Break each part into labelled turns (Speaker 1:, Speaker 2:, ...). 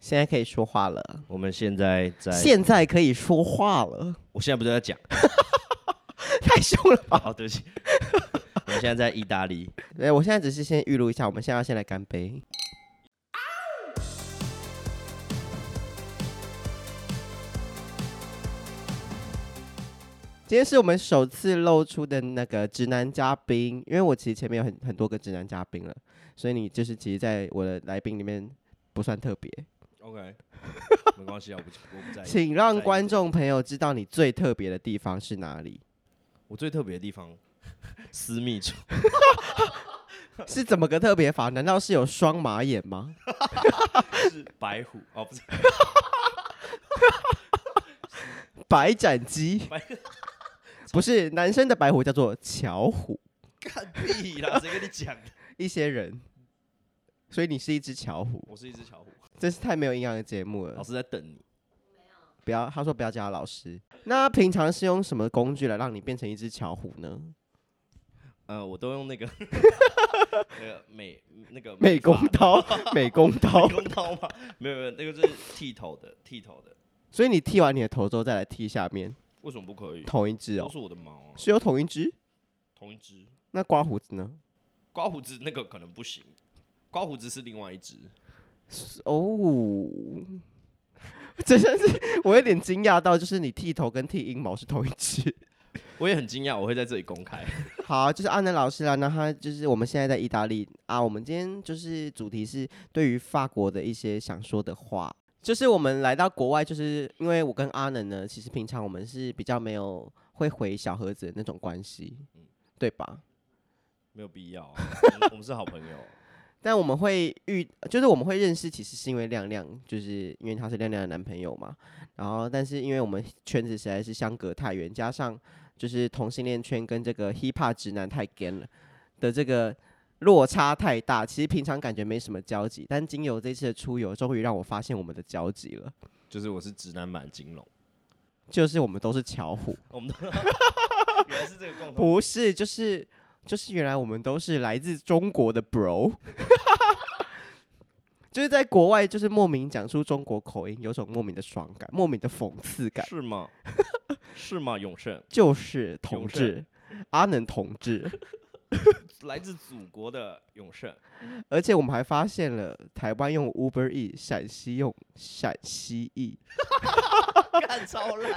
Speaker 1: 现在可以说话了，
Speaker 2: 我们现在在，
Speaker 1: 现在可以说话了，
Speaker 2: 我现在不是在讲，
Speaker 1: 太凶了吧！
Speaker 2: 好，对不起， 我们现在在意大利，
Speaker 1: 对，我现在只是先预录一下，我们现在要先来干杯。今天是我们首次露出的那个直男嘉宾，因为我其实前面有很很多个直男嘉宾了，所以你就是其实在我的来宾里面不算特别。
Speaker 2: OK，没关系啊，我不我不在意。
Speaker 1: 请让观众朋友知道你最特别的地方是哪里？
Speaker 2: 我最特别的地方，私密 处，
Speaker 1: 是怎么个特别法？难道是有双马眼吗？
Speaker 2: 是白虎哦，不是
Speaker 1: 白斩鸡
Speaker 2: 白？
Speaker 1: 不是，男生的白虎叫做巧虎，
Speaker 2: 干屁啦，谁跟你讲的？
Speaker 1: 一些人。所以你是一只巧虎，
Speaker 2: 我是一只巧虎，
Speaker 1: 真是太没有营养的节目
Speaker 2: 老
Speaker 1: 了。
Speaker 2: 师在等你。
Speaker 1: 不要，他说不要叫他老师。那平常是用什么工具来让你变成一只巧虎呢？
Speaker 2: 呃，我都用 那个那个美那个
Speaker 1: 美工
Speaker 2: 发
Speaker 1: 刀，美工刀
Speaker 2: 美。工刀吗？没有没有，那个是剃头的，剃头的，
Speaker 1: 所以你剃完你的头之后，再来剃下面
Speaker 2: 为什么不可以？
Speaker 1: 同一只
Speaker 2: 都
Speaker 1: 哦，
Speaker 2: 是我的毛啊，
Speaker 1: 是有同一只。
Speaker 2: 同一只。
Speaker 1: 那刮胡子呢？
Speaker 2: 刮胡子那个可能不行，刮胡子是另外一只。
Speaker 1: 哦，真的是我有点惊讶到，就是你剃头跟剃阴毛是同一只。
Speaker 2: 我也很惊讶，我会在这里公开。
Speaker 1: 好，就是阿南老师啦，那他就是我们现在在意大利啊，我们今天就是主题是对于法国的一些想说的话。就是我们来到国外，就是因为我跟阿能呢，其实平常我们是比较没有会回小盒子的那种关系，对吧？
Speaker 2: 没有必要、 啊，我们是好朋友。
Speaker 1: 但我们会遇，就是我们会认识，其实是因为亮亮，就是因为他是亮亮的男朋友嘛。然后，但是因为我们圈子实在是相隔太远，加上就是同性恋圈跟这个 hiphop 直男太 gay 了的这个落差太大，其实平常感觉没什么交集，但经由这次的出游，终于让我发现我们的交集了，
Speaker 2: 就是我是直男版金龙，
Speaker 1: 就是我们都是巧虎，
Speaker 2: 我们都原来是这个共同。
Speaker 1: 不是，就是就是原来我们都是来自中国的 bro，就是在国外就是莫名讲出中国口音，有种莫名的爽感，莫名的讽刺感，
Speaker 2: 是 吗？是吗？永胜
Speaker 1: 就是同
Speaker 2: 永
Speaker 1: 志。阿能同志，
Speaker 2: 来自祖国的永胜，
Speaker 1: 而且我们还发现了台湾用 Uber E，陕西用陕西 E，
Speaker 2: 干超烂。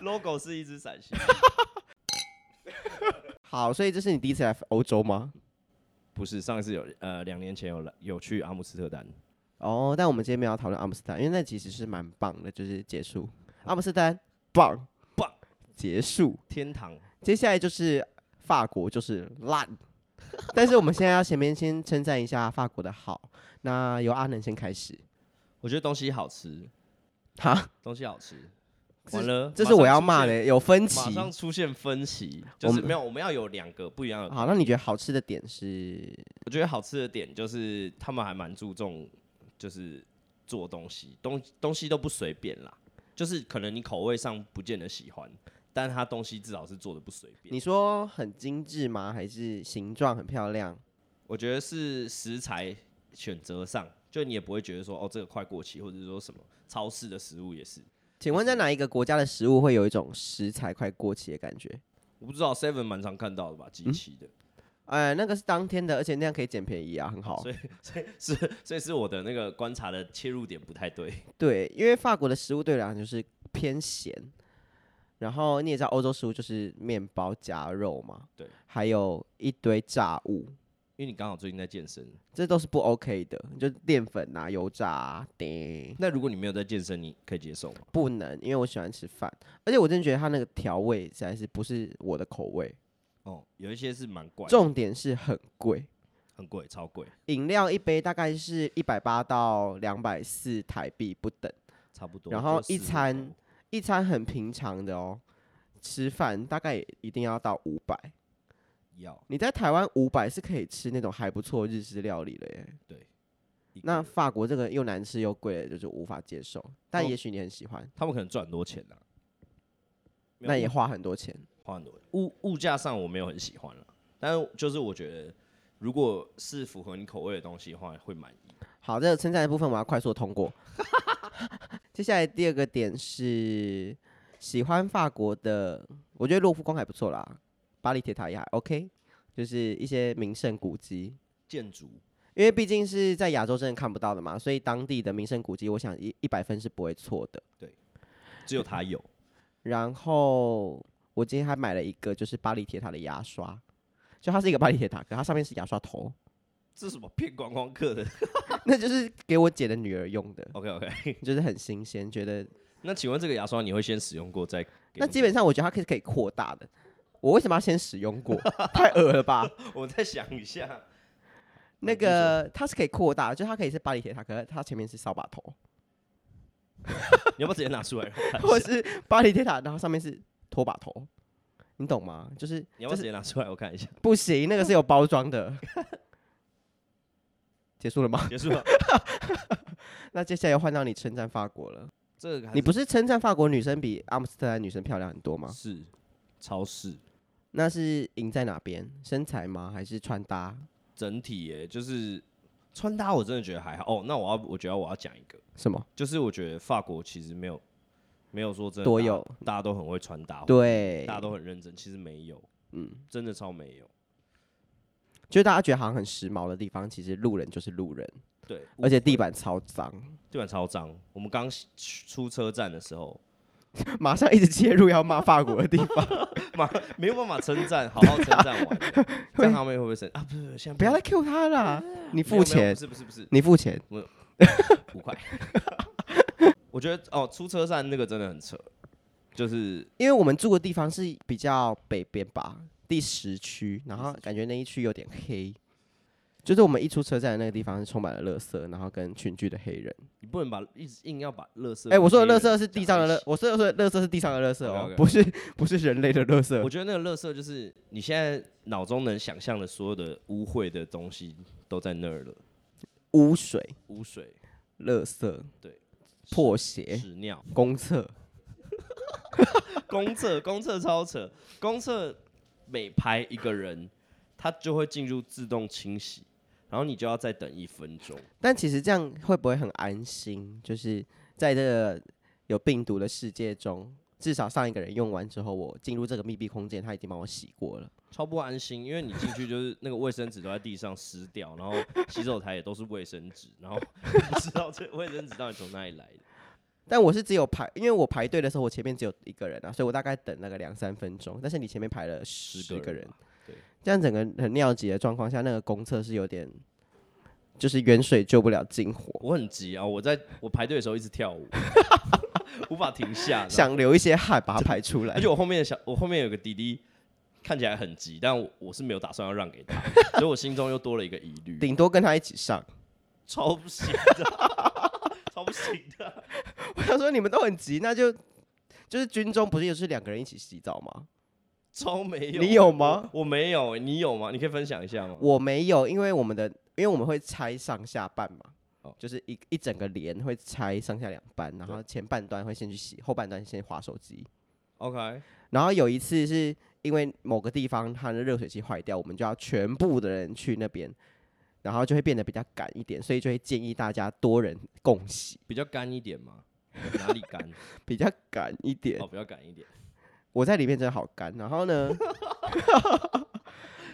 Speaker 2: logo 是一只陕西，
Speaker 1: 好，所以这是你第一次来欧洲吗？
Speaker 2: 不是上一次有呃两年前有来有去阿姆斯特丹，
Speaker 1: 哦，但我们今天没有要讨论阿姆斯特丹，因为那其实是蛮棒的，就是结束阿姆斯特丹，棒
Speaker 2: 棒
Speaker 1: 结束。
Speaker 2: 天堂
Speaker 1: 接下来就是法国，就是烂。 但是我们现在要前面先称赞一下法国的好，那由阿能先开始。
Speaker 2: 我觉得东西好吃，
Speaker 1: 哈，
Speaker 2: 东西好吃。
Speaker 1: 这
Speaker 2: 完了，
Speaker 1: 这是我要骂
Speaker 2: 马上出现
Speaker 1: 的，有分歧。
Speaker 2: 马上出现分歧，就
Speaker 1: 我
Speaker 2: 是
Speaker 1: 们
Speaker 2: 没有，我们要有两个不一样的。
Speaker 1: 好，那你觉得好吃的点是？
Speaker 2: 我觉得好吃的点就是他们还蛮注重，就是做东西，东东西都不随便啦。就是可能你口味上不见得喜欢，但他东西至少是做的不随便。
Speaker 1: 你说很精致吗？还是形状很漂亮？
Speaker 2: 我觉得是食材选择上，就你也不会觉得说哦这个快过期，或者是说什么超市的食物也是。
Speaker 1: 请问在哪一个国家的食物会有一种食材快过期的感觉？
Speaker 2: 我不知道 Seven 蛮常看到的吧，机器的，
Speaker 1: 哎，那个是当天的，而且那样可以捡便宜啊，很好
Speaker 2: 所。以所以是所以是我的那个观察的切入点不太对。
Speaker 1: 对，因为法国的食物对我来讲就是偏咸，然后你也知道欧洲食物就是面包夹肉嘛，
Speaker 2: 对，
Speaker 1: 还有一堆炸物，
Speaker 2: 因为你刚好最近在健身，
Speaker 1: 这都是不 OK 的，就淀粉啊、油炸啊，叮
Speaker 2: 那如果你没有在健身，你可以接受吗？
Speaker 1: 不能，因为我喜欢吃饭，而且我真的觉得它那个调味实在是不是我的口味，
Speaker 2: 哦，有一些是蛮贵，
Speaker 1: 重点是很贵。
Speaker 2: 很贵，超贵，
Speaker 1: 饮料一杯大概是一百八到两百四台币不等，
Speaker 2: 差不多。
Speaker 1: 然后
Speaker 2: 就
Speaker 1: 一
Speaker 2: 40
Speaker 1: 餐
Speaker 2: 多
Speaker 1: 一餐很平常的哦，吃饭大概也一定要到五百。
Speaker 2: 要
Speaker 1: 你在台湾五百是可以吃那种还不错的日式料理了耶。
Speaker 2: 一个
Speaker 1: 那
Speaker 2: 人
Speaker 1: 法国这个又难吃又贵，就是无法接受。但
Speaker 2: 哦
Speaker 1: 也许你很喜欢，
Speaker 2: 他们可能赚很多钱啦，没有
Speaker 1: 那也
Speaker 2: 物
Speaker 1: 花很多钱。
Speaker 2: 花很多。物物价上我没有很喜欢了，但是就是我觉得，如果是符合你口味的东西的话，会满意。
Speaker 1: 好，这个称赞的部分我要快速通过。接下来第二个点是喜欢法国的，我觉得洛夫宫还不错啦，巴黎铁塔也还 OK，就是一些名胜古迹，
Speaker 2: 建筑
Speaker 1: 因为毕竟是在亚洲真的看不到的嘛，所以当地的名胜古迹，我想一一百分是不会错的。
Speaker 2: 只有它有，
Speaker 1: 然后我今天还买了一个就是巴黎铁塔的牙刷，就它是一个巴黎铁塔，可它上面是牙刷头，
Speaker 2: 这是什么骗观光客的
Speaker 1: 那就是给我姐的女儿用的，
Speaker 2: ？OK OK，
Speaker 1: 就是很新鲜，觉得
Speaker 2: 那请问这个牙刷你会先使用过再？
Speaker 1: 那基本上我觉得它可以可以扩大的。我为什么要先使用过？太恶了吧！
Speaker 2: 我再想一下，
Speaker 1: 那
Speaker 2: 你继续说
Speaker 1: 个它是可以扩大的，就它可以是巴黎铁塔，可是它前面是扫把头，
Speaker 2: 你要不要直接拿出来让我看一 下？
Speaker 1: 或是巴黎铁塔，然后上面是拖把头，你懂吗？就是
Speaker 2: 你要不要
Speaker 1: 就
Speaker 2: 直
Speaker 1: 是
Speaker 2: 接拿出来我看一下？
Speaker 1: 不行，那个是有包装的。结束了吗？
Speaker 2: 结束了，
Speaker 1: 那接下来换到你称赞法国了。
Speaker 2: 这个还
Speaker 1: 你不是称赞法国女生比阿姆斯特丹女生漂亮很多吗？
Speaker 2: 是超市
Speaker 1: 那是赢在哪边？身材吗？还是穿搭？
Speaker 2: 整体耶，就是穿搭我真的觉得还好。哦，那我要我觉得我要讲一个，
Speaker 1: 什么
Speaker 2: 就是我觉得法国其实没有没有说真的
Speaker 1: 多
Speaker 2: 大
Speaker 1: 有？
Speaker 2: 大家都很会穿搭，，
Speaker 1: 对
Speaker 2: 大，家都很认真，其实没有，嗯，真的超没有。
Speaker 1: 就是大家觉得好像很时髦的地方，其实路人就是路人，
Speaker 2: 对，
Speaker 1: 而且地板超 脏，
Speaker 2: 地板超脏。我们刚出出车站的时候，
Speaker 1: 马上一直切入要骂法国的地方，
Speaker 2: 妈没有办法称赞，好好称赞完， 这样他们会不会生啊？ 不是，不是现在
Speaker 1: 不要再 Q 他 啦！你
Speaker 2: 你
Speaker 1: 付钱
Speaker 2: 不，是不是不是
Speaker 1: 你付钱，
Speaker 2: 五块。我觉得哦，出车站那个真的很扯，就是
Speaker 1: 因为我们住的地方是比较北边吧，第十区，然后感觉那一区有点黑，就是我们一出车站的那个地方是充满了垃圾，然后跟群聚的黑人。
Speaker 2: 你不能把一直硬要把垃圾。
Speaker 1: 哎、我说的垃圾是地上的
Speaker 2: 垃
Speaker 1: 垃，，我说的垃圾是地上的垃圾哦
Speaker 2: OK，OK
Speaker 1: 不是不是人类的垃圾
Speaker 2: 我。觉得那个垃圾就是你现在脑中能想象的所有的污秽的东西都在那儿了，
Speaker 1: 污水、
Speaker 2: 污水、
Speaker 1: 垃圾、
Speaker 2: 对、
Speaker 1: 破鞋、
Speaker 2: 屎尿、
Speaker 1: 公厕，
Speaker 2: 公厕，公厕超扯，公厕每排一个人，他就会进入自动清洗，然后你就要再等一分钟。
Speaker 1: 但其实这样会不会很安心？就是在这个有病毒的世界中，至少上一个人用完之后，我进入这个密闭空间，他已经帮我洗过了。
Speaker 2: 超不安心，因为你进去就是那个卫生纸都在地上湿掉，然后洗手台也都是卫生纸，然后不知道这卫生纸到底从哪里来的。
Speaker 1: 但我是只有排，因为我排队的时候，我前面只有一个人啊，所以我大概等那个两三分钟。但是你前面排了 十个人
Speaker 2: 吧，对，
Speaker 1: 这样整个很尿急的状况下，那个公厕是有点，就是远水救不了近火，
Speaker 2: 我很急啊！我在我排队的时候一直跳舞， 无法停 下。想，
Speaker 1: 想流一些汗把它排出来
Speaker 2: 而。且我后面的小，我后面有个弟弟，看起来很急，但我我是没有打算要让给他， 所以我心中又多了一个疑虑，
Speaker 1: 顶多跟他一起上。
Speaker 2: 超不行的， 超不行的。
Speaker 1: 我想说你们都很急，那就就是军中不是也是两个人一起洗澡吗？
Speaker 2: 超没有，
Speaker 1: 你有吗？
Speaker 2: 我没有，欸你有吗？你可以分享一下吗？
Speaker 1: 我没有，因为我们的因为我们会拆上下半嘛，
Speaker 2: 哦
Speaker 1: 就是一一整个连会拆上下两半，然后前半段会先去洗，后半段先划手机。
Speaker 2: OK，
Speaker 1: 然后有一次是因为某个地方它的热水器坏掉，我们就要全部的人去那边，然后就会变得比较赶一点，所以就会建议大家多人共洗，
Speaker 2: 比较干一点吗？哪里 干？
Speaker 1: 比较赶一点。
Speaker 2: 哦，比较赶一点。
Speaker 1: 我在里面真的好干，然后呢，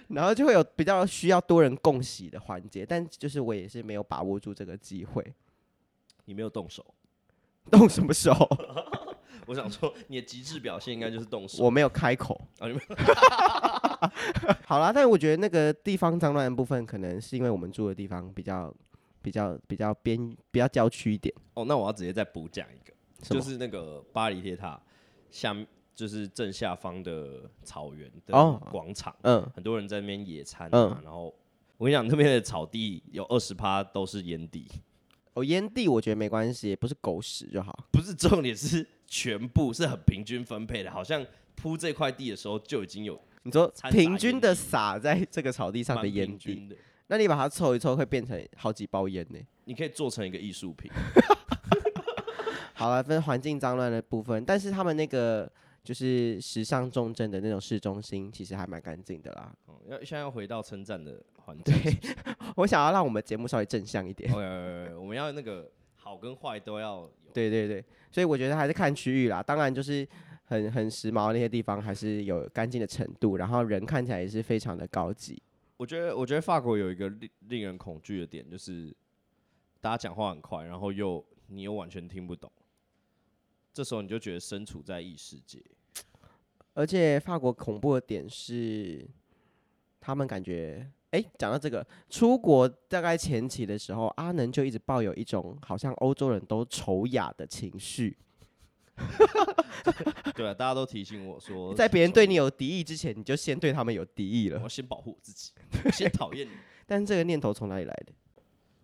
Speaker 1: 然后就会有比较需要多人共洗的环节，但就是我也是没有把握住这个机会，
Speaker 2: 你没有动手，
Speaker 1: 动什么手？
Speaker 2: 我想说你的极致表现应该就是动手。
Speaker 1: 我没有开口
Speaker 2: 啊你。
Speaker 1: 好啦，但我觉得那个地方脏乱的部分，可能是因为我们住的地方比较、比较、比较边、比较郊区一点，
Speaker 2: 哦，那我要直接再补讲一个，
Speaker 1: 什么
Speaker 2: 就是那个巴黎铁塔下面，就是正下方的草原的
Speaker 1: 哦
Speaker 2: 广场，
Speaker 1: 嗯，
Speaker 2: 很多人在那边野餐啊。
Speaker 1: 嗯
Speaker 2: 然后我跟你讲，那边的草地有二十趴都是烟蒂，
Speaker 1: 哦，烟蒂我觉得没关系，不是狗屎就好。
Speaker 2: 不是重点是全部是很平均分配的，好像铺这块地的时候就已经有
Speaker 1: 你说
Speaker 2: 掺杂
Speaker 1: 平
Speaker 2: 烟
Speaker 1: 均
Speaker 2: 蒂
Speaker 1: 的撒在这个草地上
Speaker 2: 蛮
Speaker 1: 的烟
Speaker 2: 平
Speaker 1: 蒂，
Speaker 2: 均的。
Speaker 1: 那你把它凑一凑，会变成好几包烟呢、
Speaker 2: 你可以做成一个艺术品，
Speaker 1: 好了，分环境脏乱的部分，但是他们那个就是时尚重镇的那种市中心，其实还蛮干净的啦。
Speaker 2: 哦要现在要回到称赞的环节。
Speaker 1: 对，我想要让我们节目稍微正向一点。
Speaker 2: OK，我们要那个好跟坏都要有。
Speaker 1: 对对对，所以我觉得还是看区域啦。当然就是很很时髦的那些地方还是有干净的程度，然后人看起来也是非常的高级。
Speaker 2: 我觉得，我觉得法国有一个令令人恐惧的点，就是大家讲话很快，然后又你又完全听不懂，这时候你就觉得身处在异世界。
Speaker 1: 而且法国恐怖的点是，他们感觉，哎、讲到这个，出国大概前期的时候，阿能就一直抱有一种好像欧洲人都仇雅的情绪，
Speaker 2: 对啊，大家都提醒我说，
Speaker 1: 在别人对你，有敌意之前，你就先对他们有敌意
Speaker 2: 我
Speaker 1: 了
Speaker 2: 要。先保护我自己，我先讨厌你。
Speaker 1: 但这个念头从哪里来的？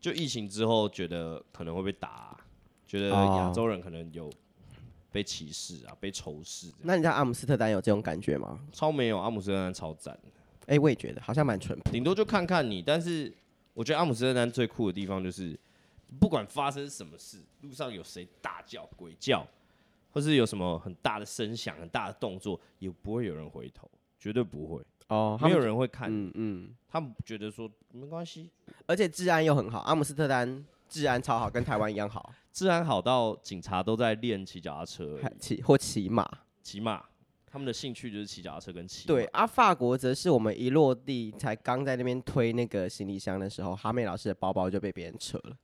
Speaker 2: 就疫情之后，觉得可能会被打啊、觉得亚
Speaker 1: 哦
Speaker 2: 洲人可能有被歧视啊，被仇视这样。
Speaker 1: 那你在阿姆斯特丹有这种感觉吗？
Speaker 2: 超没有，阿姆斯特丹超赞，
Speaker 1: 哎、我也觉得好像蛮淳朴。
Speaker 2: 顶多就看看你。但是我觉得阿姆斯特丹最酷的地方就是，不管发生什么事，路上有谁大叫、鬼叫，或是有什么很大的声响、很大的动作，也不会有人回头，绝对不会，
Speaker 1: 哦，他
Speaker 2: 没
Speaker 1: 们
Speaker 2: 有人会看。
Speaker 1: 嗯嗯，
Speaker 2: 他们觉得说没关系，
Speaker 1: 而且治安又很好，阿姆斯特丹治安超好，跟台湾一样好，
Speaker 2: 治安好到警察都在练骑脚踏车而
Speaker 1: 还
Speaker 2: 已，
Speaker 1: 骑或骑马。
Speaker 2: 骑马。他们的兴趣就是骑脚踏车跟骑马。
Speaker 1: 对啊，法国则是我们一落地才刚在那边推那个行李箱的时候，哈妹老师的包包就被别人扯了。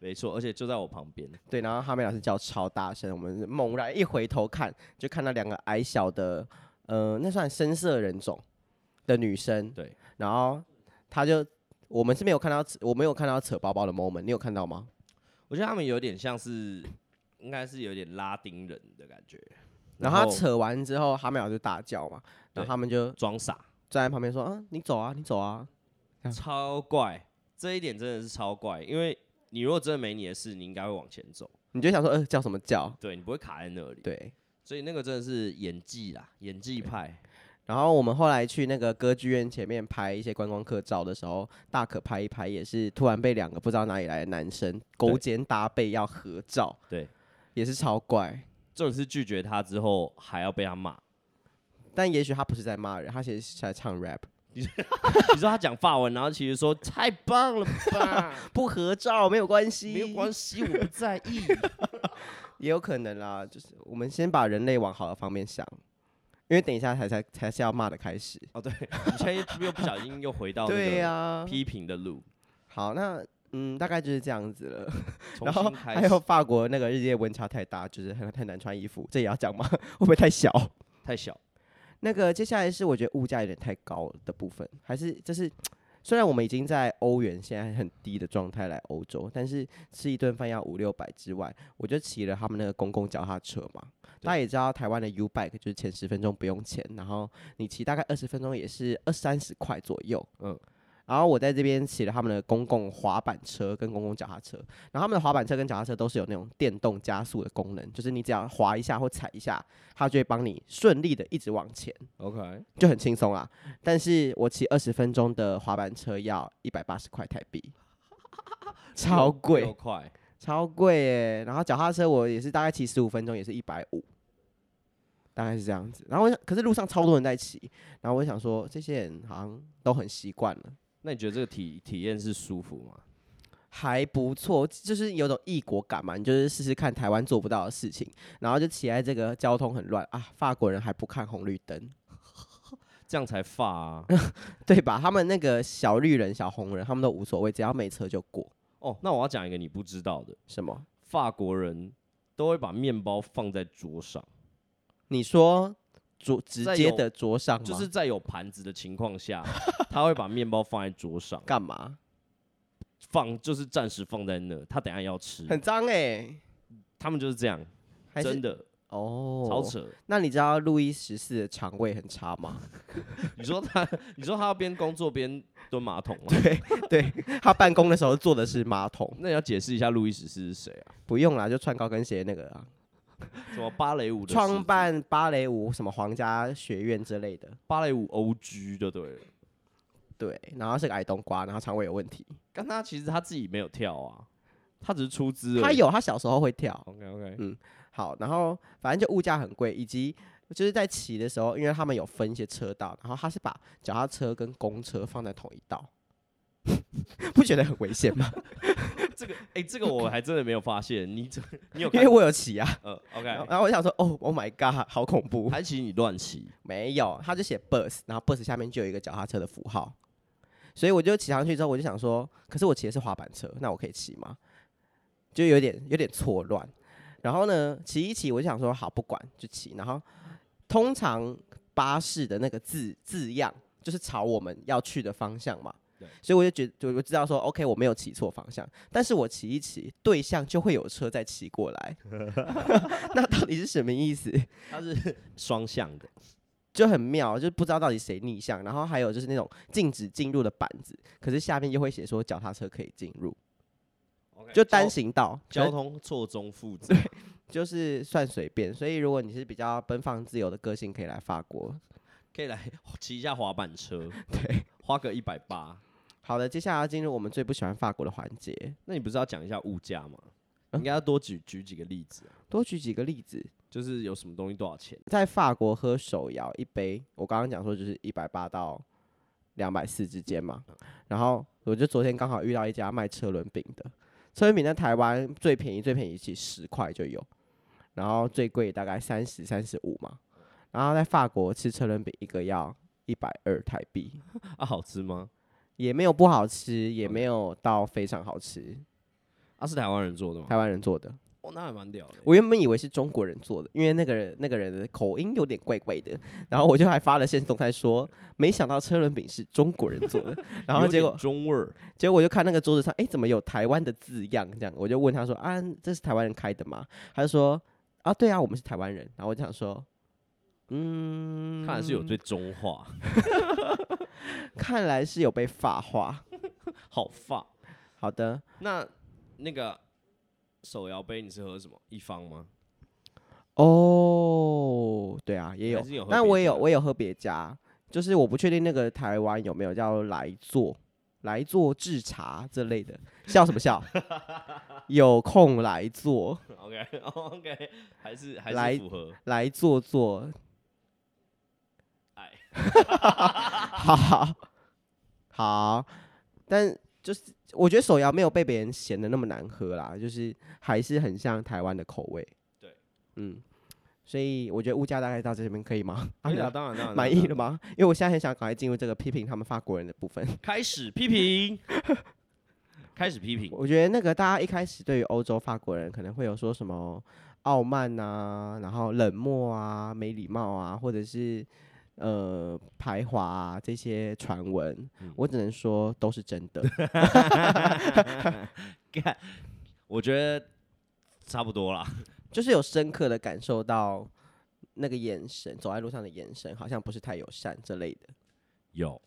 Speaker 2: 没错，而且就在我旁边。
Speaker 1: 对，然后哈妹老师叫超大声，我们猛然一回头看，就看到两个矮小的，呃，那算深色人种的女生。
Speaker 2: 对，
Speaker 1: 然后她就我们是没有看到，我没有看到扯包包的 moment，你有看到吗？
Speaker 2: 我觉得他们有点像是，应该是有点拉丁人的感觉。
Speaker 1: 然后她扯完之后，哈妹老师就大叫嘛，然
Speaker 2: 对
Speaker 1: 后他们就
Speaker 2: 装傻，
Speaker 1: 站在旁边说：“啊，你走啊，你走啊。嗯
Speaker 2: 超怪，这一点真的是超怪。因为你如果真的没你的事，你应该会往前走，”
Speaker 1: 你就想说：“呃，叫什么叫
Speaker 2: 对你不会卡在那？”里。
Speaker 1: 对。
Speaker 2: 所以那个真的是演技啦，演技派。
Speaker 1: 然后我们后来去那个歌剧院前面拍一些观光客照的时候，大可拍一拍也是突然被两个不知道哪里来的男生勾肩搭背要合照，
Speaker 2: 对，
Speaker 1: 也是超怪。
Speaker 2: 这种是拒绝他之后还要被他骂。
Speaker 1: 但也许他不是在骂人，他其实是在唱 rap。
Speaker 2: 你说他讲法文，然后其实说太棒了 吧，
Speaker 1: 不合照没有关系，
Speaker 2: 没有关系，我不在意。
Speaker 1: 也有可能啦。就是我们先把人类往好的方面想，因为等一下才才才是要骂的开始。
Speaker 2: 哦，对，你现在又又不小心又回到
Speaker 1: 对呀、
Speaker 2: 那个批评的路，
Speaker 1: 好，那嗯，大概就是这样子了。
Speaker 2: 重
Speaker 1: 然后哎
Speaker 2: 新开
Speaker 1: 还
Speaker 2: 始
Speaker 1: 有。法国那个日夜温差太大，就是很很难穿衣服，这也要讲吗？ 会不会太小？
Speaker 2: 太小，
Speaker 1: 那个接下来是我觉得物价有点太高的部分，还是就是虽然我们已经在欧元现在很低的状态来欧洲，但是吃一顿饭要五六百之外，我就骑了他们那个公共脚踏车嘛。大家也知道台湾的 U Bike 就是前十分钟不用钱，然后你骑大概二十分钟也是二三十块左右，嗯
Speaker 2: 嗯。
Speaker 1: 然后我在这边骑了他们的公共滑板车跟公共脚踏车，然后他们的滑板车跟脚踏车都是有那种电动加速的功能，就是你只要滑一下或踩一下，它就会帮你顺利的一直往前。
Speaker 2: OK，
Speaker 1: 就很轻松啦。但是我骑二十分钟的滑板车要一百八十块台币，超
Speaker 2: 六
Speaker 1: 贵，
Speaker 2: 块，
Speaker 1: 超贵耶、然后脚踏车我也是大概骑十五分钟，也是一百五，大概是这样子。然后我想，可是路上超多人在骑，然后我想说，这些人好像都很习惯了。
Speaker 2: 那你觉得这个体体验是舒服吗？
Speaker 1: 还不错，就是有种异国感嘛，你就是试试看台湾做不到的事情，然后就骑在这个交通很乱啊，法国人还不看红绿灯，
Speaker 2: 这样才 发啊！
Speaker 1: 对吧？他们那个小绿人、小红人，他们都无所谓，只要没车就过。
Speaker 2: 哦，那我要讲一个你不知道的，
Speaker 1: 什么？
Speaker 2: 法国人都会把面包放在桌上，
Speaker 1: 你说桌直
Speaker 2: 在
Speaker 1: 接
Speaker 2: 有
Speaker 1: 的桌上吗
Speaker 2: 就是在有盘子的情 况下，他会把面包放在桌上，
Speaker 1: 干嘛？
Speaker 2: 放就是暂时放在那，他等一下要吃。
Speaker 1: 很脏哎、
Speaker 2: 他们就是这样，
Speaker 1: 还
Speaker 2: 真
Speaker 1: 是
Speaker 2: 的超
Speaker 1: 哦？
Speaker 2: 扯。
Speaker 1: 那你知道路易十四的肠胃很差吗？
Speaker 2: 你说他， 你说他要边工作边蹲马桶吗？
Speaker 1: 对他办公的时候坐的是马桶，
Speaker 2: 那你要解释一下路易十四是谁啊？
Speaker 1: 不用啦，就穿高跟鞋那个啊，
Speaker 2: 什么芭蕾舞的始
Speaker 1: 创
Speaker 2: 祖
Speaker 1: 办芭蕾舞什么皇家学院之类的。
Speaker 2: 芭蕾舞 OG 就对了。
Speaker 1: 对，然后是个矮冬瓜，然后肠胃有问题。
Speaker 2: 但他其实他自己没有跳啊，他只是出资而已。
Speaker 1: 他有，他小时候会跳。
Speaker 2: OK OK，
Speaker 1: 好，然后反正就物价很贵，以及就是在骑的时候，因为他们有分一些车道，然后他是把脚 踏车跟公车放在同一道，不觉得很危险吗？
Speaker 2: 这个，哎、这个我还真的没有发现。你这，你有
Speaker 1: 因
Speaker 2: 看
Speaker 1: 为？我有骑啊。
Speaker 2: 呃
Speaker 1: 然后
Speaker 2: ，OK，
Speaker 1: 然后我想说，哦，Oh my god，好恐怖！
Speaker 2: 还骑你乱骑，
Speaker 1: 没有，他就写 bus，然后 bus 下面就有一个脚踏车的符号，所以我就骑上去之后，我就想说，可是我骑的是滑板车，那我可以骑吗？就有点有点错乱。然后呢，骑一骑，我就想说，好，不管就骑。然后通常巴士的那个字字样就是朝我们要去的方向嘛
Speaker 2: 对，
Speaker 1: 所以我就觉就我知道说，OK，我没有骑错方向，但是我骑一骑，对向就会有车再骑过来， 那到底是什么意思？
Speaker 2: 它是双向的，
Speaker 1: 就很妙，就不知道到底谁逆向。然后还有就是那种禁止进入的板子，可是下面又会写说脚踏车可以进入，就单
Speaker 2: 单
Speaker 1: 行道，
Speaker 2: 哎交
Speaker 1: 就
Speaker 2: 通错综复杂。
Speaker 1: 就是算随便。所以如果你是比较奔放自由的个性，可以来法国。
Speaker 2: 可以来 骑一下滑板车，
Speaker 1: 对，
Speaker 2: 花个一百八。
Speaker 1: 好的，接下来要进入我们最不喜欢法国的环节，
Speaker 2: 那你不是要讲一下物价吗？应该要多举举几个例子啊、
Speaker 1: 多举几个例子。
Speaker 2: 就是有什么东西多少钱？
Speaker 1: 在法国喝手摇一杯，我刚刚讲说就是一百八到两百四之间嘛。然后我就昨天刚好遇到一家卖车轮饼的，车轮饼在台湾最便宜最便宜其实十块就有，然后最贵大概三十三十五嘛。然后在法国吃车轮饼一个要一百二台币，
Speaker 2: 啊，好吃吗？
Speaker 1: 也没有不好吃，也
Speaker 2: OK
Speaker 1: 没有到非常好吃，
Speaker 2: 啊，是台湾人做的吗？
Speaker 1: 台湾人做的。
Speaker 2: 哦，那还蛮屌的欸。
Speaker 1: 我原本以为是中国人做的，因为那个人那个人的口音有点怪怪的，然后我就还发了现实动态说，没想到车轮饼是中国人做 的，然后
Speaker 2: 有
Speaker 1: 结
Speaker 2: 点
Speaker 1: 果
Speaker 2: 中味儿，
Speaker 1: 结果我就看那个桌子上，哎，怎么有台湾的字样？这样我就问他说，啊，这是台湾人开的吗？他就说，啊，对啊，我们是台湾人。然后我就想说，嗯，
Speaker 2: 看来是有对中化，
Speaker 1: 看来是有被法化。
Speaker 2: 好发。
Speaker 1: 好的，
Speaker 2: 那那个手摇杯你是喝什么？一方吗？
Speaker 1: 哦，对啊，也有
Speaker 2: 还是有，喝
Speaker 1: 但
Speaker 2: 别
Speaker 1: 我也
Speaker 2: 家
Speaker 1: 有我也有喝别家，就是我不确定那个台湾有没有叫来做来做制茶这类的，笑什么笑？有空来做
Speaker 2: OK OK，还是还
Speaker 1: 来
Speaker 2: 是符合。
Speaker 1: 来做做，
Speaker 2: 哎，
Speaker 1: 好好好，但就是我觉得手摇没有被别人嫌的那么难喝啦，就是还是很像台湾的口味。
Speaker 2: 对，
Speaker 1: 嗯，所以我觉得物价大概到这边可以 吗？
Speaker 2: 可以
Speaker 1: 啊
Speaker 2: 啊，当然当然
Speaker 1: 满意了
Speaker 2: 了。
Speaker 1: 吗？因为我现在很想赶快进入这个批评他们法国人的部分。
Speaker 2: 开始批评，开始批评。
Speaker 1: 我觉得那个大家一开始对于欧洲法国人可能会有说什么傲慢啊，然后冷漠啊、没礼貌啊，或者是呃排华啊这些传闻，我只能说都是真的。
Speaker 2: 干，我觉得差不多啦。
Speaker 1: 就是有深刻的感受到那个眼神，走在路上的眼神好像不是太友善之类的，
Speaker 2: 有，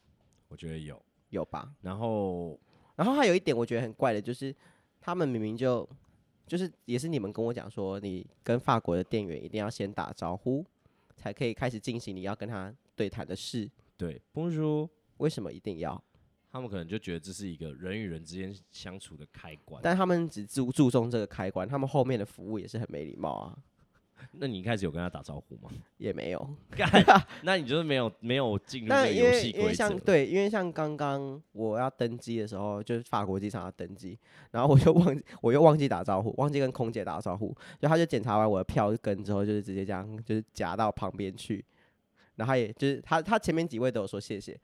Speaker 2: 我觉得有。
Speaker 1: 有吧？
Speaker 2: 然后
Speaker 1: 然后还有一点我觉得很怪的，就是他们明明就就是也是你们跟我讲说，你跟法国的店员一定要先打招呼，才可以开始进行你要跟他对谈的事，
Speaker 2: 对，Bonjour，
Speaker 1: 为什么一定要？
Speaker 2: 他们可能就觉得这是一个人与人之间相处的开关。
Speaker 1: 但他们只注注重这个开关，他们后面的服务也是很没礼貌啊，
Speaker 2: 那你一开始有跟他打招呼吗？
Speaker 1: 也没有。
Speaker 2: 干，那你就是没有没有进入这
Speaker 1: 但
Speaker 2: 个
Speaker 1: 因
Speaker 2: 游
Speaker 1: 为
Speaker 2: 戏
Speaker 1: 因为
Speaker 2: 规则
Speaker 1: 像。对，因为像刚刚我要登机的时候，就是法国机场要登机，然后我就忘记我又忘记打招呼，忘记跟空姐打招呼，就他就检查完我的票根之后，就是直接这样就是夹到旁边去，然后他也就是他他前面几位都有说谢谢。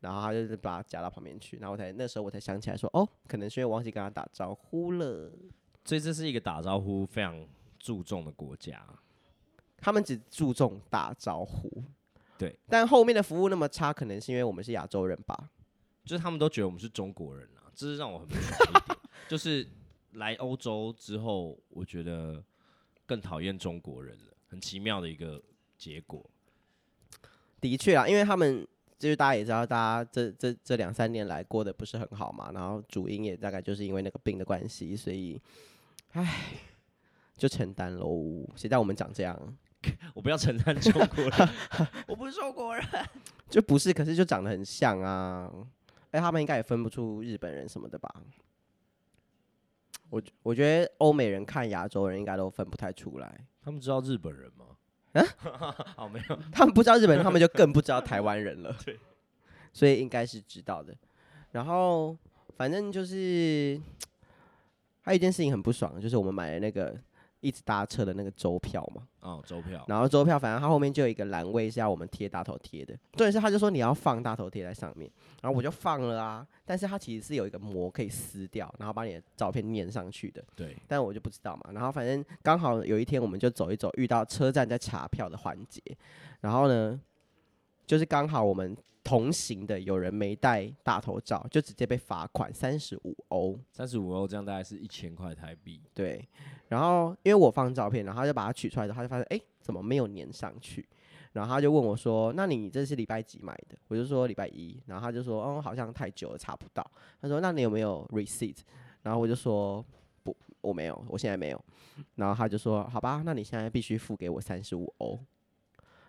Speaker 1: 然后他就是把它夹到旁边去，然后我才那时候我才想起来说，哦，可能是因为我忘记跟他打招呼了。
Speaker 2: 所以这是一个打招呼非常注重的国家。
Speaker 1: 他们只注重打招呼，
Speaker 2: 对，
Speaker 1: 但后面的服务那么差，可能是因为我们是亚洲人吧。
Speaker 2: 就是他们都觉得我们是中国人啊，这是让我很不爽的一点。 就是来欧洲之后，我觉得更讨厌中国人了，很奇妙的一个结果。
Speaker 1: 的确啊，因为他们就是大家也知道，大家这这这两三年来过得不是很好嘛，然后主因也大概就是因为那个病的关系，所以，唉，就承担喽。谁叫我们长这样？
Speaker 2: 我不要承担中国 人，我不是中国人。
Speaker 1: 就不是，可是就长得很像啊。哎，他们应该也分不出日本人什么的吧？我我觉得欧美人看亚洲人应该都分不太出来，
Speaker 2: 他们知道日本人吗？啊，好没有，
Speaker 1: 他们不知道日本人，他们就更不知道台湾人了。对，所以应该是知道的。然后反正就是还有一件事情很不爽，就是我们买了那个一直搭车的那个周票嘛，
Speaker 2: 哦，周票，
Speaker 1: 然后周票反正它后面就有一个栏位是要我们贴大头贴的，重点是他就说你要放大头贴在上面，然后我就放了啊，但是它其实是有一个膜可以撕掉，然后把你的照片粘上去的，
Speaker 2: 对，
Speaker 1: 但我就不知道嘛。然后反正刚好有一天我们就走一走，遇到车站在查票的环节，然后呢，就是刚好我们同行的有人没带大头照，就直接被罚款三十五欧。
Speaker 2: 三十五欧，这样大概是一千块台币。
Speaker 1: 对，然后因为我放照片，然后他就把它取出来的，他就发现哎、诶怎么没有粘上去？然后他就问我说：“那你这是礼拜几买的？”我就说礼拜一，然后他就说：“哦，好像太久了，查不到。”他说：“那你有没有 receipt？” 然后我就说：“不，我没有，我现在没有。”然后他就说：“好吧，那你现在必须付给我三十五欧。”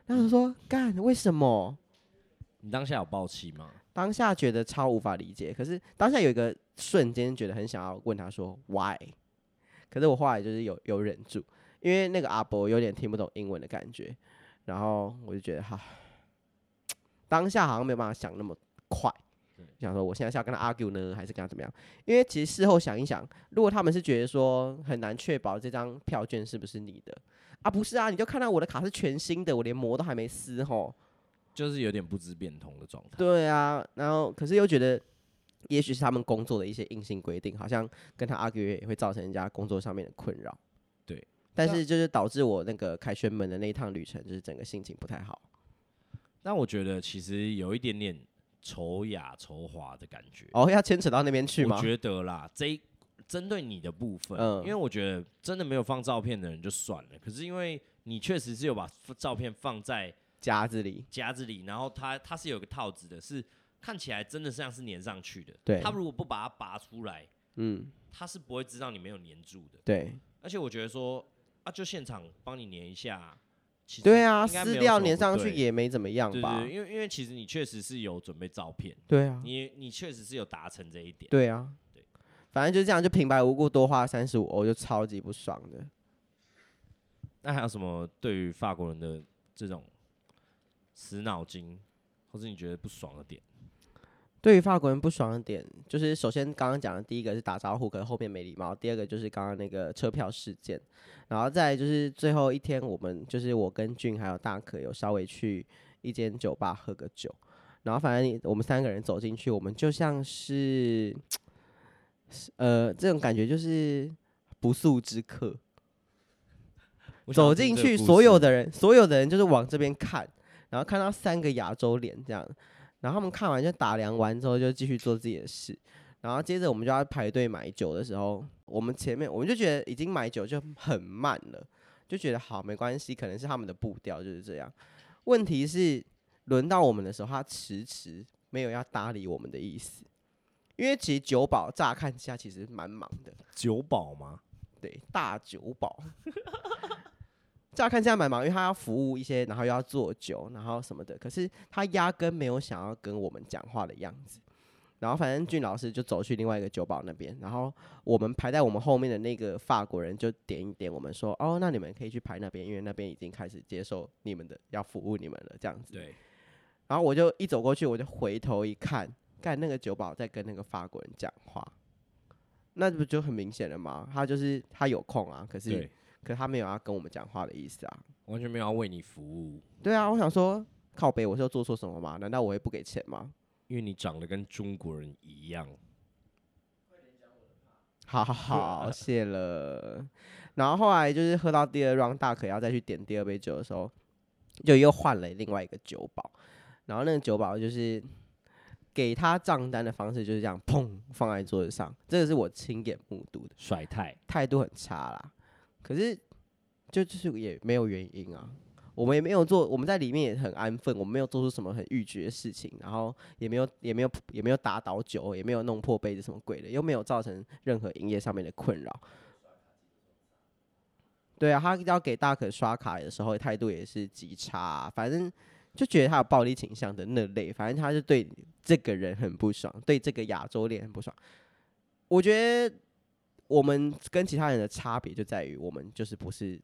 Speaker 1: 那我说：“干，为什么？”
Speaker 2: 你当下有爆气吗？
Speaker 1: 当下觉得超无法理解，可是当下有一个瞬间觉得很想要问他说 why，可是我后来就是有有忍住，因为那个阿伯有点听不懂英文的感觉，然后我就觉得哈，当下好像没有办法想那么快，想说我现在是要跟他 argue 呢，还是跟他怎么样？因为其实事后想一想，如果他们是觉得说很难确保这张票券是不是你的啊，不是啊，你就看到我的卡是全新的，我连膜都还没撕吼。
Speaker 2: 就是有点不知变通的状态。
Speaker 1: 对啊，然后可是又觉得，也许是他们工作的一些硬性规定，好像跟他 argue 也会造成人家工作上面的困扰。
Speaker 2: 对，
Speaker 1: 但
Speaker 2: 那
Speaker 1: 是就是导致我那个凯旋门的那一趟旅程，就是整个心情不太好。
Speaker 2: 但我觉得其实有一点点仇雅仇华的感觉。
Speaker 1: 哦，要牵扯到那边去吗
Speaker 2: 我？觉得啦，这一针对你的部分，
Speaker 1: 嗯
Speaker 2: 因为我觉得真的没有放照片的人就算了，可是因为你确实是有把照片放在
Speaker 1: 夹子里，
Speaker 2: 夹子里，然后它它是有个套子的，是看起来真的像是粘上去的。
Speaker 1: 对
Speaker 2: 它如果不把它拔出来，
Speaker 1: 嗯，
Speaker 2: 它是不会知道你没有粘住的。
Speaker 1: 对，
Speaker 2: 而且我觉得说啊，就现场帮你粘一下啊，其实
Speaker 1: 对啊，
Speaker 2: 应该没
Speaker 1: 撕
Speaker 2: 有
Speaker 1: 掉
Speaker 2: 什么
Speaker 1: 粘
Speaker 2: 不
Speaker 1: 上去
Speaker 2: 对
Speaker 1: 也没怎么样
Speaker 2: 对
Speaker 1: 吧？
Speaker 2: 对，对因为因为其实你确实是有准备照片，
Speaker 1: 对啊，
Speaker 2: 你你确实是有达成这一点。
Speaker 1: 对啊
Speaker 2: 对，
Speaker 1: 反正就这样，就平白无故多花三十五欧，就超级不爽的。
Speaker 2: 那还有什么对于法国人的这种死脑筋，或是你觉得不爽的点？
Speaker 1: 对于法国人不爽的点，就是首先刚刚讲的第一个是打招呼，可是后面没礼貌；第二个就是刚刚那个车票事件，然后再来就是最后一天，我们就是我跟俊还有大可有稍微去一间酒吧喝个酒，然后反正我们三个人走进去，我们就像是，呃，这种感觉就是不速之客，
Speaker 2: 我想
Speaker 1: 走
Speaker 2: 要
Speaker 1: 进
Speaker 2: 听这个
Speaker 1: 去，
Speaker 2: 故
Speaker 1: 所
Speaker 2: 事
Speaker 1: 有的人，所有的人就是往这边看，然后看到三个亚洲脸这样，然后他们看完就打量完之后就继续做自己的事，然后接着我们就要排队买酒的时候，我们前面我们就觉得已经买酒就很慢了，就觉得好没关系，可能是他们的步调就是这样。问题是轮到我们的时候，他迟迟没有要搭理我们的意思，因为其实酒保乍看之下其实蛮忙的，
Speaker 2: 酒保吗？
Speaker 1: 对，大酒保。 乍看这样蛮忙，因为他要服务一些，然后又要做酒，然后什么的。可是他压根没有想要跟我们讲话的样子。然后反正俊老师就走去另外一个酒保那边，然后我们排在我们后面的那个法国人就点一点我们说，哦，那你们可以去排那边，因为那边已经开始接受你们的，要服务你们了这样子。
Speaker 2: 对，
Speaker 1: 然后我就一走过去，我就回头一看，干那个酒保在跟那个法国人讲话，那不就很明显了吗？他就是他有空啊，可是
Speaker 2: 对，
Speaker 1: 可他没有要跟我们讲话的意思啊。
Speaker 2: 完全没有要为你服务，
Speaker 1: 对啊，我想说靠北，我是有做错什么吗？难道我会不给钱吗？
Speaker 2: 因为你长得跟中国人一样。
Speaker 1: 好好好，谢了。然后后来就是喝到第二 round，大可要再去点第二杯酒的时候，就又换了另外一个酒保。然后那个酒保就是给他账单的方式就是这样，砰放在桌子上，这个是我亲眼目睹的，
Speaker 2: 甩态，
Speaker 1: 态度很差啦。可是就就是也没有原因啊，我们也没有做，我们在里面也很安分，我们没有做出什么很逾矩的事情，然后也没有也没有也没有打倒酒，也没有弄破杯子什么鬼的，又没有造成任何营业上面的困扰。对啊，他要给大可刷卡的时候态度也是极差啊、反正就觉得他有暴力倾向的那类，反正他就对这个人很不爽，对这个亚洲脸很不爽。我觉得我们跟其他人的差别就在于我们就是不是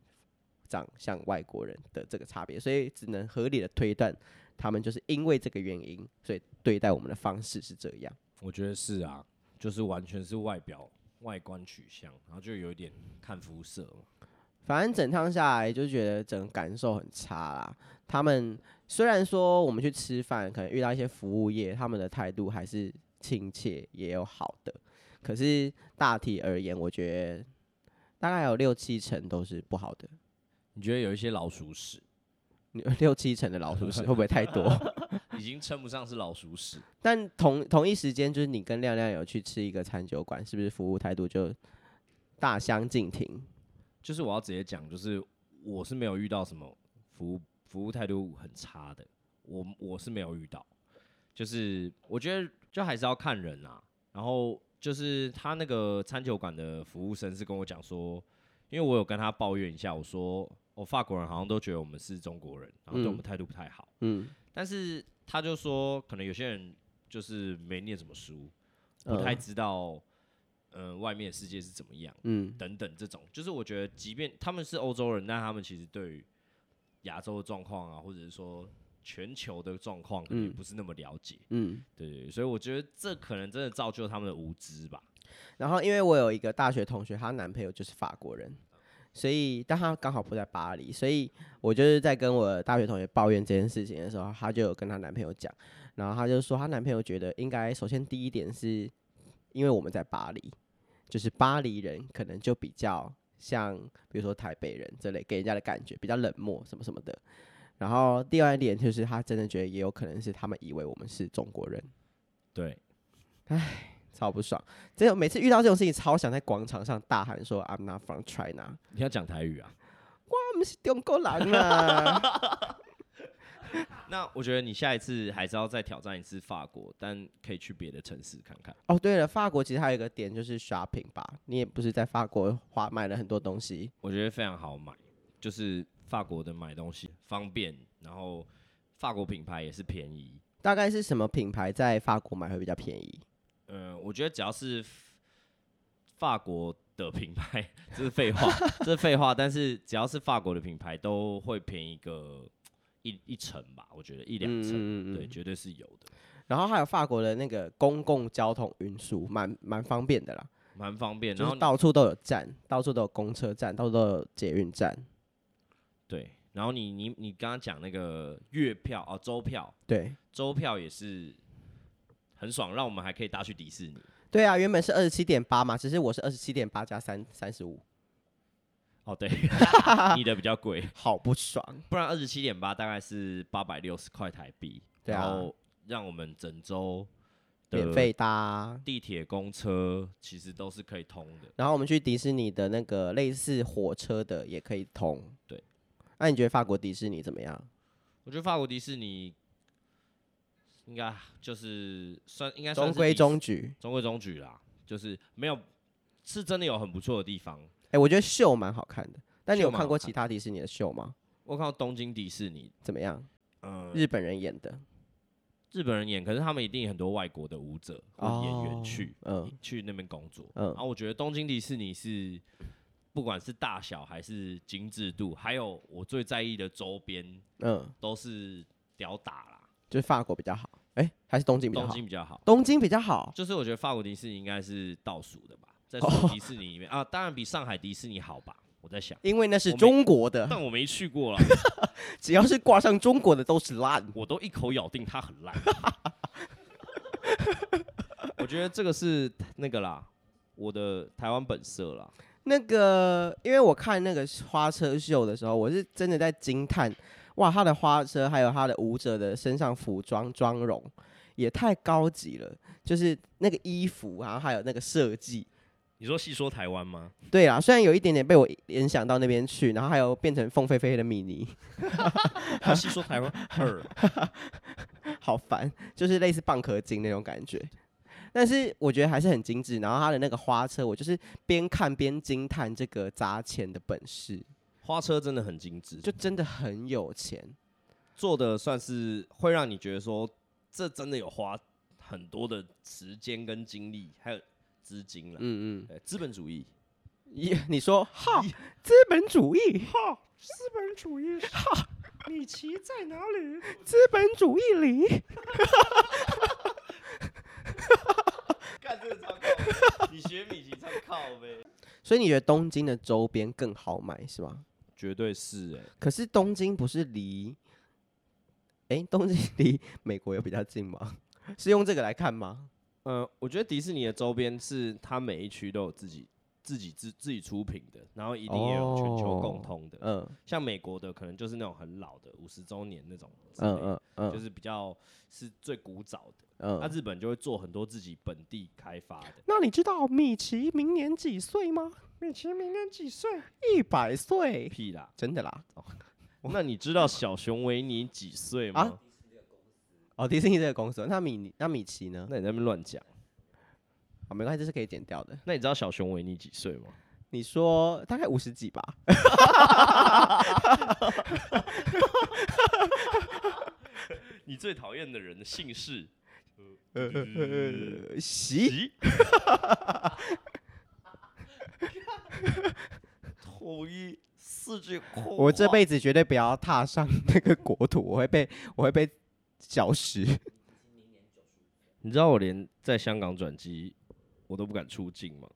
Speaker 1: 长像外国人的这个差别，所以只能合理的推断，他们就是因为这个原因，所以对待我们的方式是这样。
Speaker 2: 我觉得是啊，就是完全是外表外观取向，然后就有一点看肤色嘛。
Speaker 1: 反正整趟下来就觉得整个感受很差啦。他们虽然说我们去吃饭，可能遇到一些服务业，他们的态度还是亲切，也有好的，可是大体而言，我觉得大概有六七成都是不好的。
Speaker 2: 你觉得有一些老鼠屎，
Speaker 1: 你六七成的老鼠屎会不会太多？
Speaker 2: 已经称不上是老鼠屎，
Speaker 1: 但同同一时间，就是你跟亮亮有去吃一个餐酒馆，是不是服务态度就大相径庭？
Speaker 2: 就是我要直接讲，就是我是没有遇到什么服务服务态度很差的，我我是没有遇到，就是我觉得就还是要看人啊。然后就是他那个餐酒馆的服务生是跟我讲说，因为我有跟他抱怨一下，我说哦法国人好像都觉得我们是中国人，然后对我们态度不太好。
Speaker 1: 嗯，
Speaker 2: 但是他就说，可能有些人就是没念什么书，不
Speaker 1: 嗯
Speaker 2: 太知道，嗯、外面的世界是怎么样。
Speaker 1: 嗯，
Speaker 2: 等等这种，就是我觉得，即便他们是欧洲人，但他们其实对于亚洲的状况啊，或者是说全球的状况，可能也
Speaker 1: 嗯
Speaker 2: 不是那么了解。
Speaker 1: 嗯。
Speaker 2: 对对对，所以我觉得这可能真的造就他们的无知吧。
Speaker 1: 然后因为我有一个大学同学，她男朋友就是法国人，所以但她刚好不在巴黎，所以我就是在跟我大学同学抱怨这件事情的时候，她就有跟她男朋友讲，然后她就说她男朋友觉得应该首先第一点是因为我们在巴黎，就是巴黎人可能就比较像比如说台北人这类给人家的感觉比较冷漠什么什么的。然后第二点就是，她真的觉得也有可能是他们以为我们是中国人，
Speaker 2: 对，
Speaker 1: 超不爽。真的，每次遇到这种事情，超想在广场上大喊说 “I'm not from China”，
Speaker 2: 你要讲台语啊。
Speaker 1: 他们是中国人啊！
Speaker 2: 那我觉得你下一次还是要再挑战一次法国，但可以去别的城市看看。
Speaker 1: 哦，对了，法国其实还有一个点就是 shopping 吧，你也不是在法国花买了很多东西，
Speaker 2: 我觉得非常好买，就是法国的买东西方便，然后法国品牌也是便宜。
Speaker 1: 大概是什么品牌在法国买会比较便宜？
Speaker 2: 嗯，我觉得只要是法国的品牌， 这是废话，这是废话。但是只要是法国的品牌，都会便宜个一一成吧，我觉得一两成，
Speaker 1: 嗯
Speaker 2: 对，。绝对是有的，
Speaker 1: 然后还有法国的那个公共交通运输，蛮蛮方便的啦，
Speaker 2: 蛮方便。
Speaker 1: 就
Speaker 2: 然后
Speaker 1: 是
Speaker 2: 你
Speaker 1: 到处都有站，到处都有公车站，到处都有捷运站。
Speaker 2: 对，然后你你你刚刚讲那个月票哦，周票，
Speaker 1: 对
Speaker 2: 周票也是很爽，让我们还可以搭去迪士尼。
Speaker 1: 对啊，原本是二十七点八嘛，只是我是二十七点八加三三十五，
Speaker 2: 哦，对， 你的比较贵，
Speaker 1: 好不爽。
Speaker 2: 不然二十七点八大概是八百六十块台币，
Speaker 1: 对啊
Speaker 2: 然后让我们整周的
Speaker 1: 免费搭，
Speaker 2: 地铁、公车其实都是可以通的。
Speaker 1: 然后我们去迪士尼的那个类似火车的也可以通。
Speaker 2: 对，
Speaker 1: 那、你觉得法国迪士尼怎么样？
Speaker 2: 我觉得法国迪士尼应该就是算应该算
Speaker 1: 中
Speaker 2: 是
Speaker 1: 规
Speaker 2: 迪士
Speaker 1: 中矩。
Speaker 2: 中规中矩啦，就是没有是真的有很不错的地方。
Speaker 1: 哎、我觉得秀蛮好看的。但你
Speaker 2: 秀
Speaker 1: 有
Speaker 2: 蛮
Speaker 1: 看
Speaker 2: 好
Speaker 1: 过
Speaker 2: 看
Speaker 1: 其他迪士尼的秀吗？
Speaker 2: 我看到东京迪士尼，
Speaker 1: 怎么样？
Speaker 2: 嗯、
Speaker 1: 日本人演的
Speaker 2: 日本人演，可是他们一定很多外国的舞者或呃演员去、，
Speaker 1: 哦
Speaker 2: 去那边工作。
Speaker 1: 嗯
Speaker 2: 然后我觉得东京迪士尼是不管是大小还是精致度，还有我最在意的周边
Speaker 1: 嗯嗯，
Speaker 2: 都是屌打啦，
Speaker 1: 就是法国比较好。哎、还是东京比较
Speaker 2: 东
Speaker 1: 好。
Speaker 2: 京比较好。
Speaker 1: 东京比较好，
Speaker 2: 就是我觉得法国迪士尼应该是倒数的吧，在所有迪士尼里面、啊，当然比上海迪士尼好吧，我在想，
Speaker 1: 因为那是
Speaker 2: 我没
Speaker 1: 中国的，
Speaker 2: 但我没去过啦，
Speaker 1: 只要是挂上中国的都是烂。
Speaker 2: 我都一口咬定它很烂。 我觉得这个是那个啦，我的台湾本色啦，
Speaker 1: 那个，因为我看那个花车秀的时候，我是真的在惊叹，哇，他的花车还有他的舞者的身上服装妆容也太高级了，就是那个衣服，然后还有那个设计。
Speaker 2: 你说细说台湾吗？
Speaker 1: 对啦，虽然有一点点被我联想到那边去，然后还有变成凤飞飞的米妮，
Speaker 2: 他啊细说台湾二，
Speaker 1: 好烦，就是类似蚌壳精那种感觉。但是我觉得还是很精致，然后他的那个花车，我就是边看边惊叹这个砸钱的本事，
Speaker 2: 花车真的很精致，就
Speaker 1: 就真的很有钱。
Speaker 2: 做的算是会让你觉得说，这真的有花很多的时间跟精力，还有资金了，
Speaker 1: 嗯嗯。
Speaker 2: 呃资本主义。
Speaker 1: 你 你说哈
Speaker 2: 咦
Speaker 1: 资本主义，哈
Speaker 2: 资本主义， 米奇在哪里？
Speaker 1: 资本主义里，
Speaker 2: 干真的超靠北，你学米奇超靠呗。
Speaker 1: 所以你觉得东京的周边更好买是吗？
Speaker 2: 绝对是哎、
Speaker 1: 可是东京不是离，哎、东京离美国有比较近吗？ 是用这个来看吗？
Speaker 2: 呃，我觉得迪士尼的周边是它每一区都有自己自己自自己出品的，然后一定也有全球共通的。
Speaker 1: 嗯
Speaker 2: 像美国的可能就是那种很老的五十周年那种之类
Speaker 1: 嗯
Speaker 2: 的，
Speaker 1: 嗯嗯，
Speaker 2: 就是比较是最古早的。
Speaker 1: 嗯
Speaker 2: 那、日本就会做很多自己本地开发的，
Speaker 1: 那你知道米奇明年几岁吗？米奇明年几岁？一百岁，
Speaker 2: 屁啦！
Speaker 1: 真的啦。
Speaker 2: 那你知道小熊维尼几岁吗？
Speaker 1: 啊哦，迪士尼这个公司，那米那米奇呢？
Speaker 2: 那你在那边乱讲。
Speaker 1: 啊、没关系，这是可以剪掉的。
Speaker 2: 那你知道小熊维尼几岁吗？
Speaker 1: 你说大概五十几吧？
Speaker 2: 你最讨厌的人的姓氏？
Speaker 1: 呃，席
Speaker 2: 统一四句话。
Speaker 1: 我这辈子绝对不要踏上 那个国土，我会被我会被绞食。
Speaker 2: 你知道我连在香港转机我都不敢出境 吗？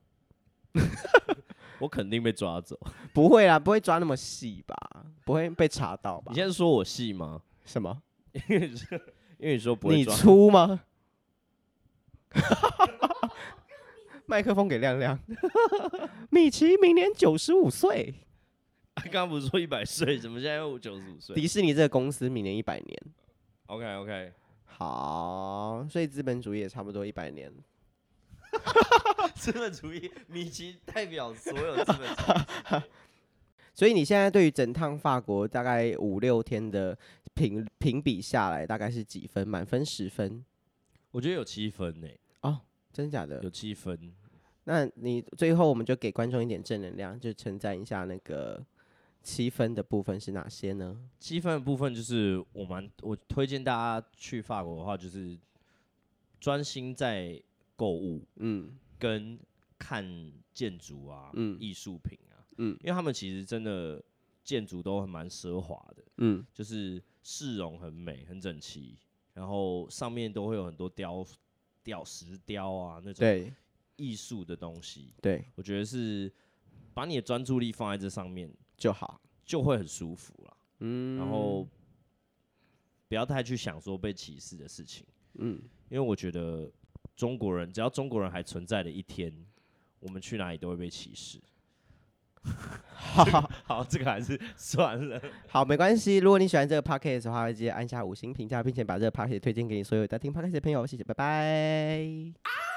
Speaker 2: 我肯定被抓走。
Speaker 1: 不会啦，不会抓那么细吧？不会被查到吧
Speaker 2: 你？现在说我戏吗？
Speaker 1: 什么？
Speaker 2: 因为你说因为你说不会
Speaker 1: 你
Speaker 2: 抓，
Speaker 1: 出吗？ 麦克风给亮亮。米奇明年九十五岁，
Speaker 2: 刚刚不是说一百岁，怎么现在又九十五岁
Speaker 1: 迪士尼这个公司明年一百年。
Speaker 2: ？OK OK，
Speaker 1: 好，所以资本主义也差不多一百年。
Speaker 2: 资本主义，米奇代表所有资本主义。
Speaker 1: 所以你现在对于整趟法国大概五六天的评评比下来，大概是几分？满分十分？
Speaker 2: 我觉得有七分呢、欸
Speaker 1: 哦，真假的
Speaker 2: 有？七分。
Speaker 1: 那你最后我们就给观众一点正能量，就称赞一下那个七分的部分是哪些呢？
Speaker 2: 七分的部分就是我蛮我推荐大家去法国的话，就是专心在购物
Speaker 1: 嗯
Speaker 2: 跟看建筑啊、
Speaker 1: 嗯
Speaker 2: 艺术品啊，
Speaker 1: 嗯
Speaker 2: 因为他们其实真的建筑都很蛮奢华的，
Speaker 1: 嗯
Speaker 2: 就是市容很美、很整齐，然后上面都会有很多雕雕石雕啊那种
Speaker 1: 对
Speaker 2: 艺术的东西，
Speaker 1: 对
Speaker 2: 我觉得是把你的专注力放在这上面，
Speaker 1: 就好。
Speaker 2: 就会很舒服啦。
Speaker 1: 嗯，
Speaker 2: 然后不要太去想说被歧视的事情，
Speaker 1: 嗯，
Speaker 2: 因为我觉得中国人只要中国人还存在的一天，我们去哪里都会被歧视。 好好，这个还是算了。
Speaker 1: 好，没关系。如果你喜欢这个 podcast 的话，记得按下五星评价，并且把这个 podcast 推荐给你所有在听 podcast 的朋友。谢谢，拜拜。啊